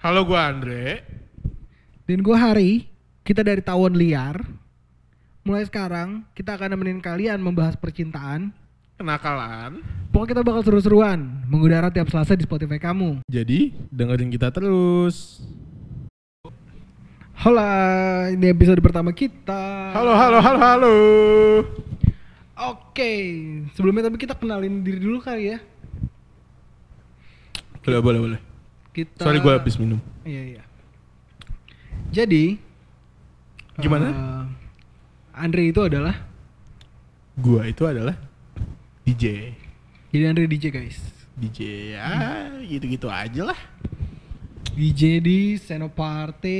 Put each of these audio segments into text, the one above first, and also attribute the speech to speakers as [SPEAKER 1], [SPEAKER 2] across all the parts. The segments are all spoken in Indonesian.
[SPEAKER 1] Halo gua Andre.
[SPEAKER 2] Dan gue hari, kita dari Tawon Liar. Mulai sekarang, kita akan nemenin kalian membahas percintaan.
[SPEAKER 1] Kenakalan.
[SPEAKER 2] Pokoknya kita bakal seru-seruan, mengudara tiap Selasa di Spotify kamu.
[SPEAKER 1] Jadi dengerin kita terus.
[SPEAKER 2] Hola, ini episode pertama kita.
[SPEAKER 1] Halo halo halo halo.
[SPEAKER 2] Oke, sebelumnya tapi kita kenalin diri dulu kali ya.
[SPEAKER 1] Boleh boleh boleh.
[SPEAKER 2] Kita
[SPEAKER 1] Sorry gua habis minum.
[SPEAKER 2] Iya, iya. Jadi
[SPEAKER 1] Gimana?
[SPEAKER 2] eh, Andre itu adalah
[SPEAKER 1] Gua itu adalah DJ.
[SPEAKER 2] jadi Andre DJ guys.
[SPEAKER 1] DJ ya gitu-gitu aja lah.
[SPEAKER 2] DJ di Senoparte,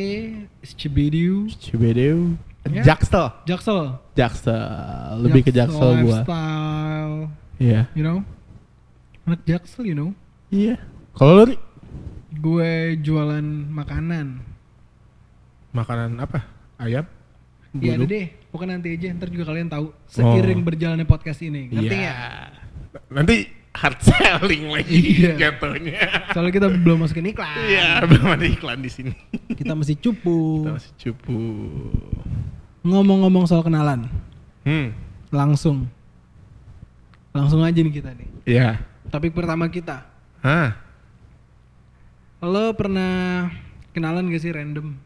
[SPEAKER 2] Cibidiu,
[SPEAKER 1] Cibedeu.
[SPEAKER 2] Ya.
[SPEAKER 1] Jaksel.
[SPEAKER 2] Jaksel.
[SPEAKER 1] Jaksel. Lebih ke Jaksel gua.
[SPEAKER 2] Lifestyle,
[SPEAKER 1] Iya.
[SPEAKER 2] you know. Anak Jaksel, you know.
[SPEAKER 1] Iya. Kalau lu Ri?
[SPEAKER 2] Gue jualan makanan.
[SPEAKER 1] makanan apa? Ayam?
[SPEAKER 2] Iya ada
[SPEAKER 1] Gulung?
[SPEAKER 2] deh, pokoknya nanti aja, ntar juga kalian tahu seiring
[SPEAKER 1] Oh.
[SPEAKER 2] berjalannya podcast ini. Ngerti
[SPEAKER 1] Iya.
[SPEAKER 2] ya?
[SPEAKER 1] Nanti hard selling lagi
[SPEAKER 2] Iya.
[SPEAKER 1] jatuhnya.
[SPEAKER 2] Soalnya kita belum masukin iklan.
[SPEAKER 1] Iya, belum ada iklan di sini.
[SPEAKER 2] Kita masih cupu.
[SPEAKER 1] Kita masih cupu.
[SPEAKER 2] Ngomong-ngomong soal kenalan,
[SPEAKER 1] Hmm.
[SPEAKER 2] langsung. Langsung aja nih kita nih.
[SPEAKER 1] Iya.
[SPEAKER 2] Topik pertama kita.
[SPEAKER 1] Hah?
[SPEAKER 2] Lo pernah kenalan gak sih random?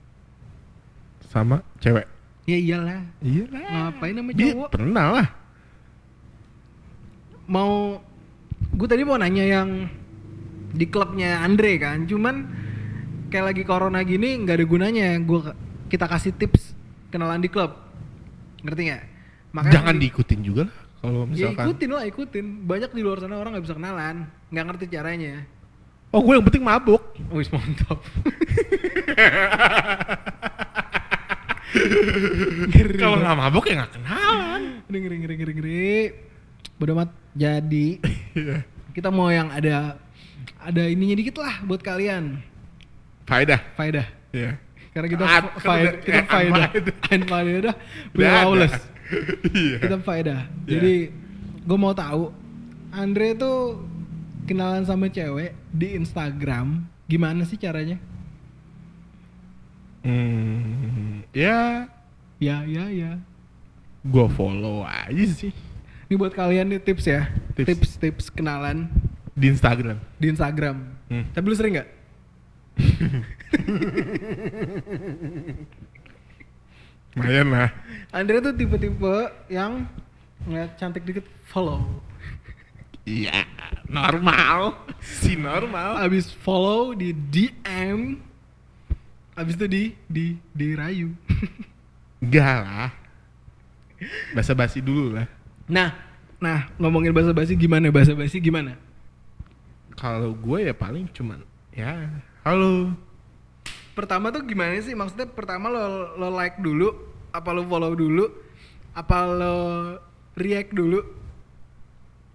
[SPEAKER 1] Sama cewek.
[SPEAKER 2] Ya iyalah.
[SPEAKER 1] Iya lah.
[SPEAKER 2] Ngapain sama
[SPEAKER 1] Dia
[SPEAKER 2] cowok?
[SPEAKER 1] pernah lah.
[SPEAKER 2] Mau gue tadi mau nanya yang di klubnya Andre kan, cuman kayak lagi corona gini nggak ada gunanya. Gua kita kasih tips kenalan di klub. Ngerti nggak?
[SPEAKER 1] Jangan diikutin juga lah kalau
[SPEAKER 2] Ya
[SPEAKER 1] misalkan.
[SPEAKER 2] ikutin lah, ikutin. Banyak di luar sana orang nggak bisa kenalan, nggak ngerti caranya.
[SPEAKER 1] Oh, gue yang penting mabuk.
[SPEAKER 2] Wis mantap.
[SPEAKER 1] Kalau nggak mabuk ya nggak kenalan.
[SPEAKER 2] Ngeri ngeri ngeri ngeri. Bodo amat. Jadi
[SPEAKER 1] Iya.
[SPEAKER 2] kita mau yang ada ada ininya dikit lah buat kalian.
[SPEAKER 1] Faedah.
[SPEAKER 2] Faedah.
[SPEAKER 1] Iya.
[SPEAKER 2] Karena kita
[SPEAKER 1] Ad-
[SPEAKER 2] fa- faed-
[SPEAKER 1] udah-
[SPEAKER 2] kita
[SPEAKER 1] eh,
[SPEAKER 2] faedah.
[SPEAKER 1] unfaedah.
[SPEAKER 2] Ain faedah.
[SPEAKER 1] Udah ada.
[SPEAKER 2] Wilawless.
[SPEAKER 1] Iya.
[SPEAKER 2] Kita faedah. Jadi gue mau tahu Andre tuh kenalan sama cewek di Instagram gimana sih caranya?
[SPEAKER 1] Hmm, ya
[SPEAKER 2] Ya ya ya.
[SPEAKER 1] gue follow aja sih
[SPEAKER 2] Ini buat kalian nih tips ya.
[SPEAKER 1] Tips.
[SPEAKER 2] Tips tips kenalan
[SPEAKER 1] di Instagram.
[SPEAKER 2] di Instagram.
[SPEAKER 1] Hmm.
[SPEAKER 2] Tapi lu sering nggak?
[SPEAKER 1] Lumayan lah.
[SPEAKER 2] Andre tuh tipe-tipe yang ngeliat cantik dikit follow.
[SPEAKER 1] Iya, normal. Si normal.
[SPEAKER 2] Abis follow di DM, abis itu di di dirayu.
[SPEAKER 1] Enggak lah. Basa-basi dulu lah.
[SPEAKER 2] nah, nah ngomongin bahasa basi gimana bahasa basi gimana?
[SPEAKER 1] Kalau gue ya paling cuman ya halo
[SPEAKER 2] Pertama tuh gimana sih? Maksudnya pertama lo lo like dulu, apa lo follow dulu, apa lo react dulu?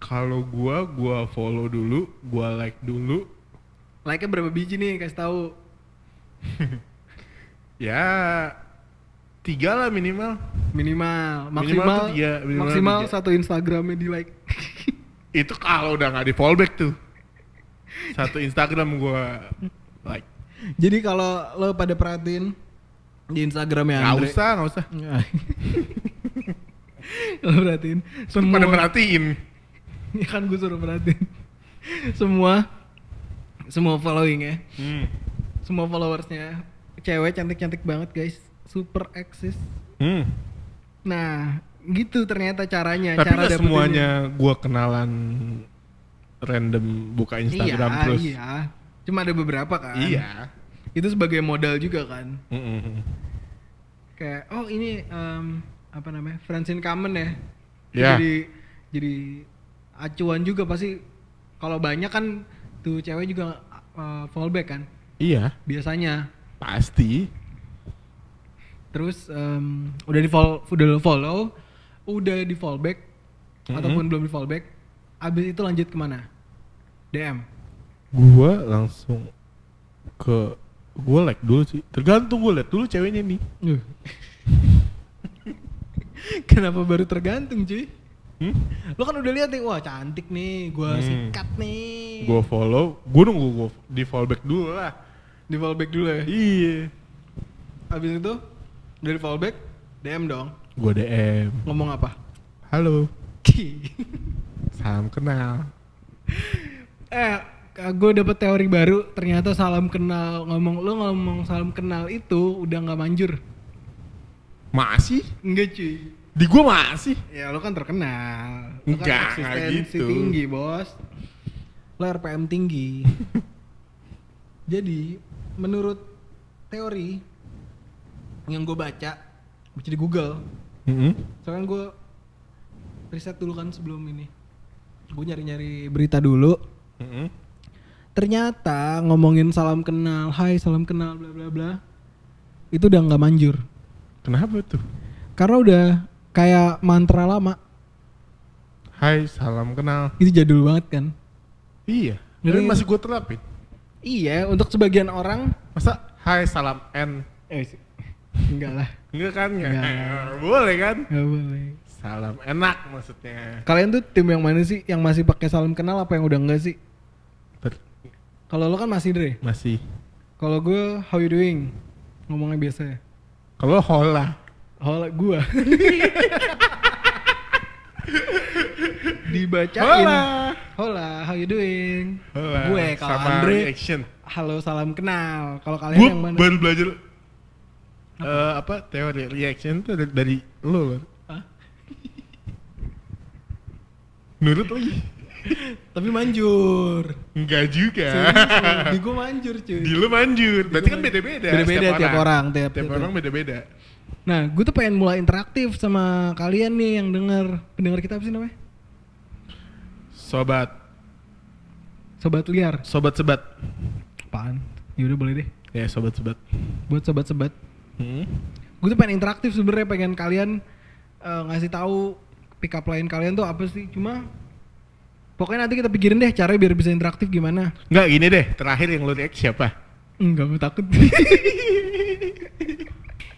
[SPEAKER 1] kalau gua gua follow dulu gua like dulu
[SPEAKER 2] Like-nya berapa biji nih kasih tahu?
[SPEAKER 1] ya tiga lah minimal
[SPEAKER 2] Minimal,
[SPEAKER 1] Minimal
[SPEAKER 2] maksimal,
[SPEAKER 1] tuh tiga, minimal
[SPEAKER 2] maksimal
[SPEAKER 1] tiga.
[SPEAKER 2] satu Instagramnya di like.
[SPEAKER 1] itu kalau udah nggak di follow back tuh satu Instagram gua like
[SPEAKER 2] Jadi kalau lo pada perhatiin di Instagramnya
[SPEAKER 1] nggak
[SPEAKER 2] Andre.
[SPEAKER 1] usah nggak usah
[SPEAKER 2] Nggak. lo perhatiin
[SPEAKER 1] Terus
[SPEAKER 2] semua.
[SPEAKER 1] pada merhatiin
[SPEAKER 2] Ya kan gue suruh perhatiin. semua semua following ya.
[SPEAKER 1] hmm.
[SPEAKER 2] Semua followersnya cewek cantik-cantik banget guys. Super eksis.
[SPEAKER 1] Hmm.
[SPEAKER 2] Nah, gitu ternyata caranya.
[SPEAKER 1] tapi nggak
[SPEAKER 2] dapetinnya.
[SPEAKER 1] semuanya gua kenalan random buka Instagram
[SPEAKER 2] iya,
[SPEAKER 1] terus
[SPEAKER 2] Iya, Cuma ada beberapa kan.
[SPEAKER 1] iya
[SPEAKER 2] Itu sebagai modal juga kan.
[SPEAKER 1] Mm-mm.
[SPEAKER 2] kayak oh ini em, apa namanya friends in common ya
[SPEAKER 1] Ya.
[SPEAKER 2] jadi jadi acuan juga pasti kalau banyak kan tuh cewek juga eh, fallback kan
[SPEAKER 1] iya
[SPEAKER 2] biasanya
[SPEAKER 1] pasti
[SPEAKER 2] terus em, udah di follow udah lo follow udah di fallback
[SPEAKER 1] Mhm.
[SPEAKER 2] ataupun belum di fallback abis itu lanjut kemana DM
[SPEAKER 1] gua langsung ke gua like dulu sih tergantung gua liat dulu ceweknya nih
[SPEAKER 2] Uh. kenapa baru tergantung cuy
[SPEAKER 1] hmm?
[SPEAKER 2] lo kan udah lihat nih wah cantik nih gua
[SPEAKER 1] Hmm.
[SPEAKER 2] sikat nih
[SPEAKER 1] Iya. gua follow gua nunggu gua di follow back dulu lah
[SPEAKER 2] di fallback dulu ya
[SPEAKER 1] Iya.
[SPEAKER 2] abis itu dari fallback DM dong
[SPEAKER 1] Gua DM.
[SPEAKER 2] ngomong apa
[SPEAKER 1] Halo,
[SPEAKER 2] Ki.
[SPEAKER 1] salam kenal.
[SPEAKER 2] eh gue dapet teori baru ternyata salam kenal ngomong lo ngomong salam kenal itu udah nggak manjur
[SPEAKER 1] Masih?
[SPEAKER 2] enggak cuy
[SPEAKER 1] Di gua masih.
[SPEAKER 2] ya lo kan terkenal Lo
[SPEAKER 1] Enggak,
[SPEAKER 2] kan
[SPEAKER 1] enggak
[SPEAKER 2] eksistensi
[SPEAKER 1] gitu.
[SPEAKER 2] tinggi bos lo RPM tinggi jadi menurut teori yang gue baca baca di Google
[SPEAKER 1] Mm-mm.
[SPEAKER 2] soalnya gue riset dulu kan sebelum ini gue nyari-nyari berita dulu
[SPEAKER 1] Mm-mm.
[SPEAKER 2] ternyata ngomongin salam kenal, hai salam kenal, bla bla bla, itu udah nggak manjur.
[SPEAKER 1] Kenapa tuh?
[SPEAKER 2] Karena udah kayak mantra lama,
[SPEAKER 1] Hai, salam kenal.
[SPEAKER 2] itu jadul banget kan.
[SPEAKER 1] Iya.
[SPEAKER 2] Ngeri.
[SPEAKER 1] Ini masih gua terapin.
[SPEAKER 2] Iya, untuk sebagian orang,
[SPEAKER 1] Masa hai salam N?
[SPEAKER 2] eh, s- enggak lah,
[SPEAKER 1] Enggak kan? Enggak.
[SPEAKER 2] Enggak.
[SPEAKER 1] Boleh kan?
[SPEAKER 2] nggak boleh.
[SPEAKER 1] Salam enak maksudnya.
[SPEAKER 2] Kalian tuh tim yang mana sih? Yang masih pakai salam kenal apa yang udah enggak sih?
[SPEAKER 1] Ter-
[SPEAKER 2] Kalau lo kan masih Dre.
[SPEAKER 1] masih.
[SPEAKER 2] Kalau gue how you doing? Ngomongnya biasa. ya.
[SPEAKER 1] Kalau hola.
[SPEAKER 2] Hola gua. Dibacain.
[SPEAKER 1] Hola.
[SPEAKER 2] Hola, how you doing?
[SPEAKER 1] Hola.
[SPEAKER 2] Gue kalau
[SPEAKER 1] sama
[SPEAKER 2] Andre,
[SPEAKER 1] reaction.
[SPEAKER 2] halo salam kenal. Kalau kalian
[SPEAKER 1] Gue
[SPEAKER 2] yang mana?
[SPEAKER 1] baru belajar eh, apa teori reaction tuh dari, dari lo.
[SPEAKER 2] Hah?
[SPEAKER 1] Nurut lagi.
[SPEAKER 2] Tapi manjur.
[SPEAKER 1] Enggak juga.
[SPEAKER 2] Serius, Di gue manjur cuy.
[SPEAKER 1] Di lu manjur. Berarti kan beda-beda.
[SPEAKER 2] Beda-beda
[SPEAKER 1] setiap
[SPEAKER 2] tiap orang, tiap-
[SPEAKER 1] Tiap,
[SPEAKER 2] tiap-
[SPEAKER 1] orang beda-beda.
[SPEAKER 2] Nah, gue tuh pengen mulai interaktif sama kalian nih yang denger pendengar kita apa sih namanya?
[SPEAKER 1] Sobat,
[SPEAKER 2] Sobat liar.
[SPEAKER 1] sobat sebat.
[SPEAKER 2] Apaan? Ya udah boleh deh.
[SPEAKER 1] Ya sobat sebat.
[SPEAKER 2] Buat sobat-sobat
[SPEAKER 1] Hmm.
[SPEAKER 2] gue tuh pengen interaktif sebenarnya pengen kalian eh, ngasih tahu pick up line kalian tuh apa sih cuma pokoknya nanti kita pikirin deh caranya biar bisa interaktif gimana
[SPEAKER 1] Enggak gini deh. Terakhir yang lu react siapa?
[SPEAKER 2] enggak mau takut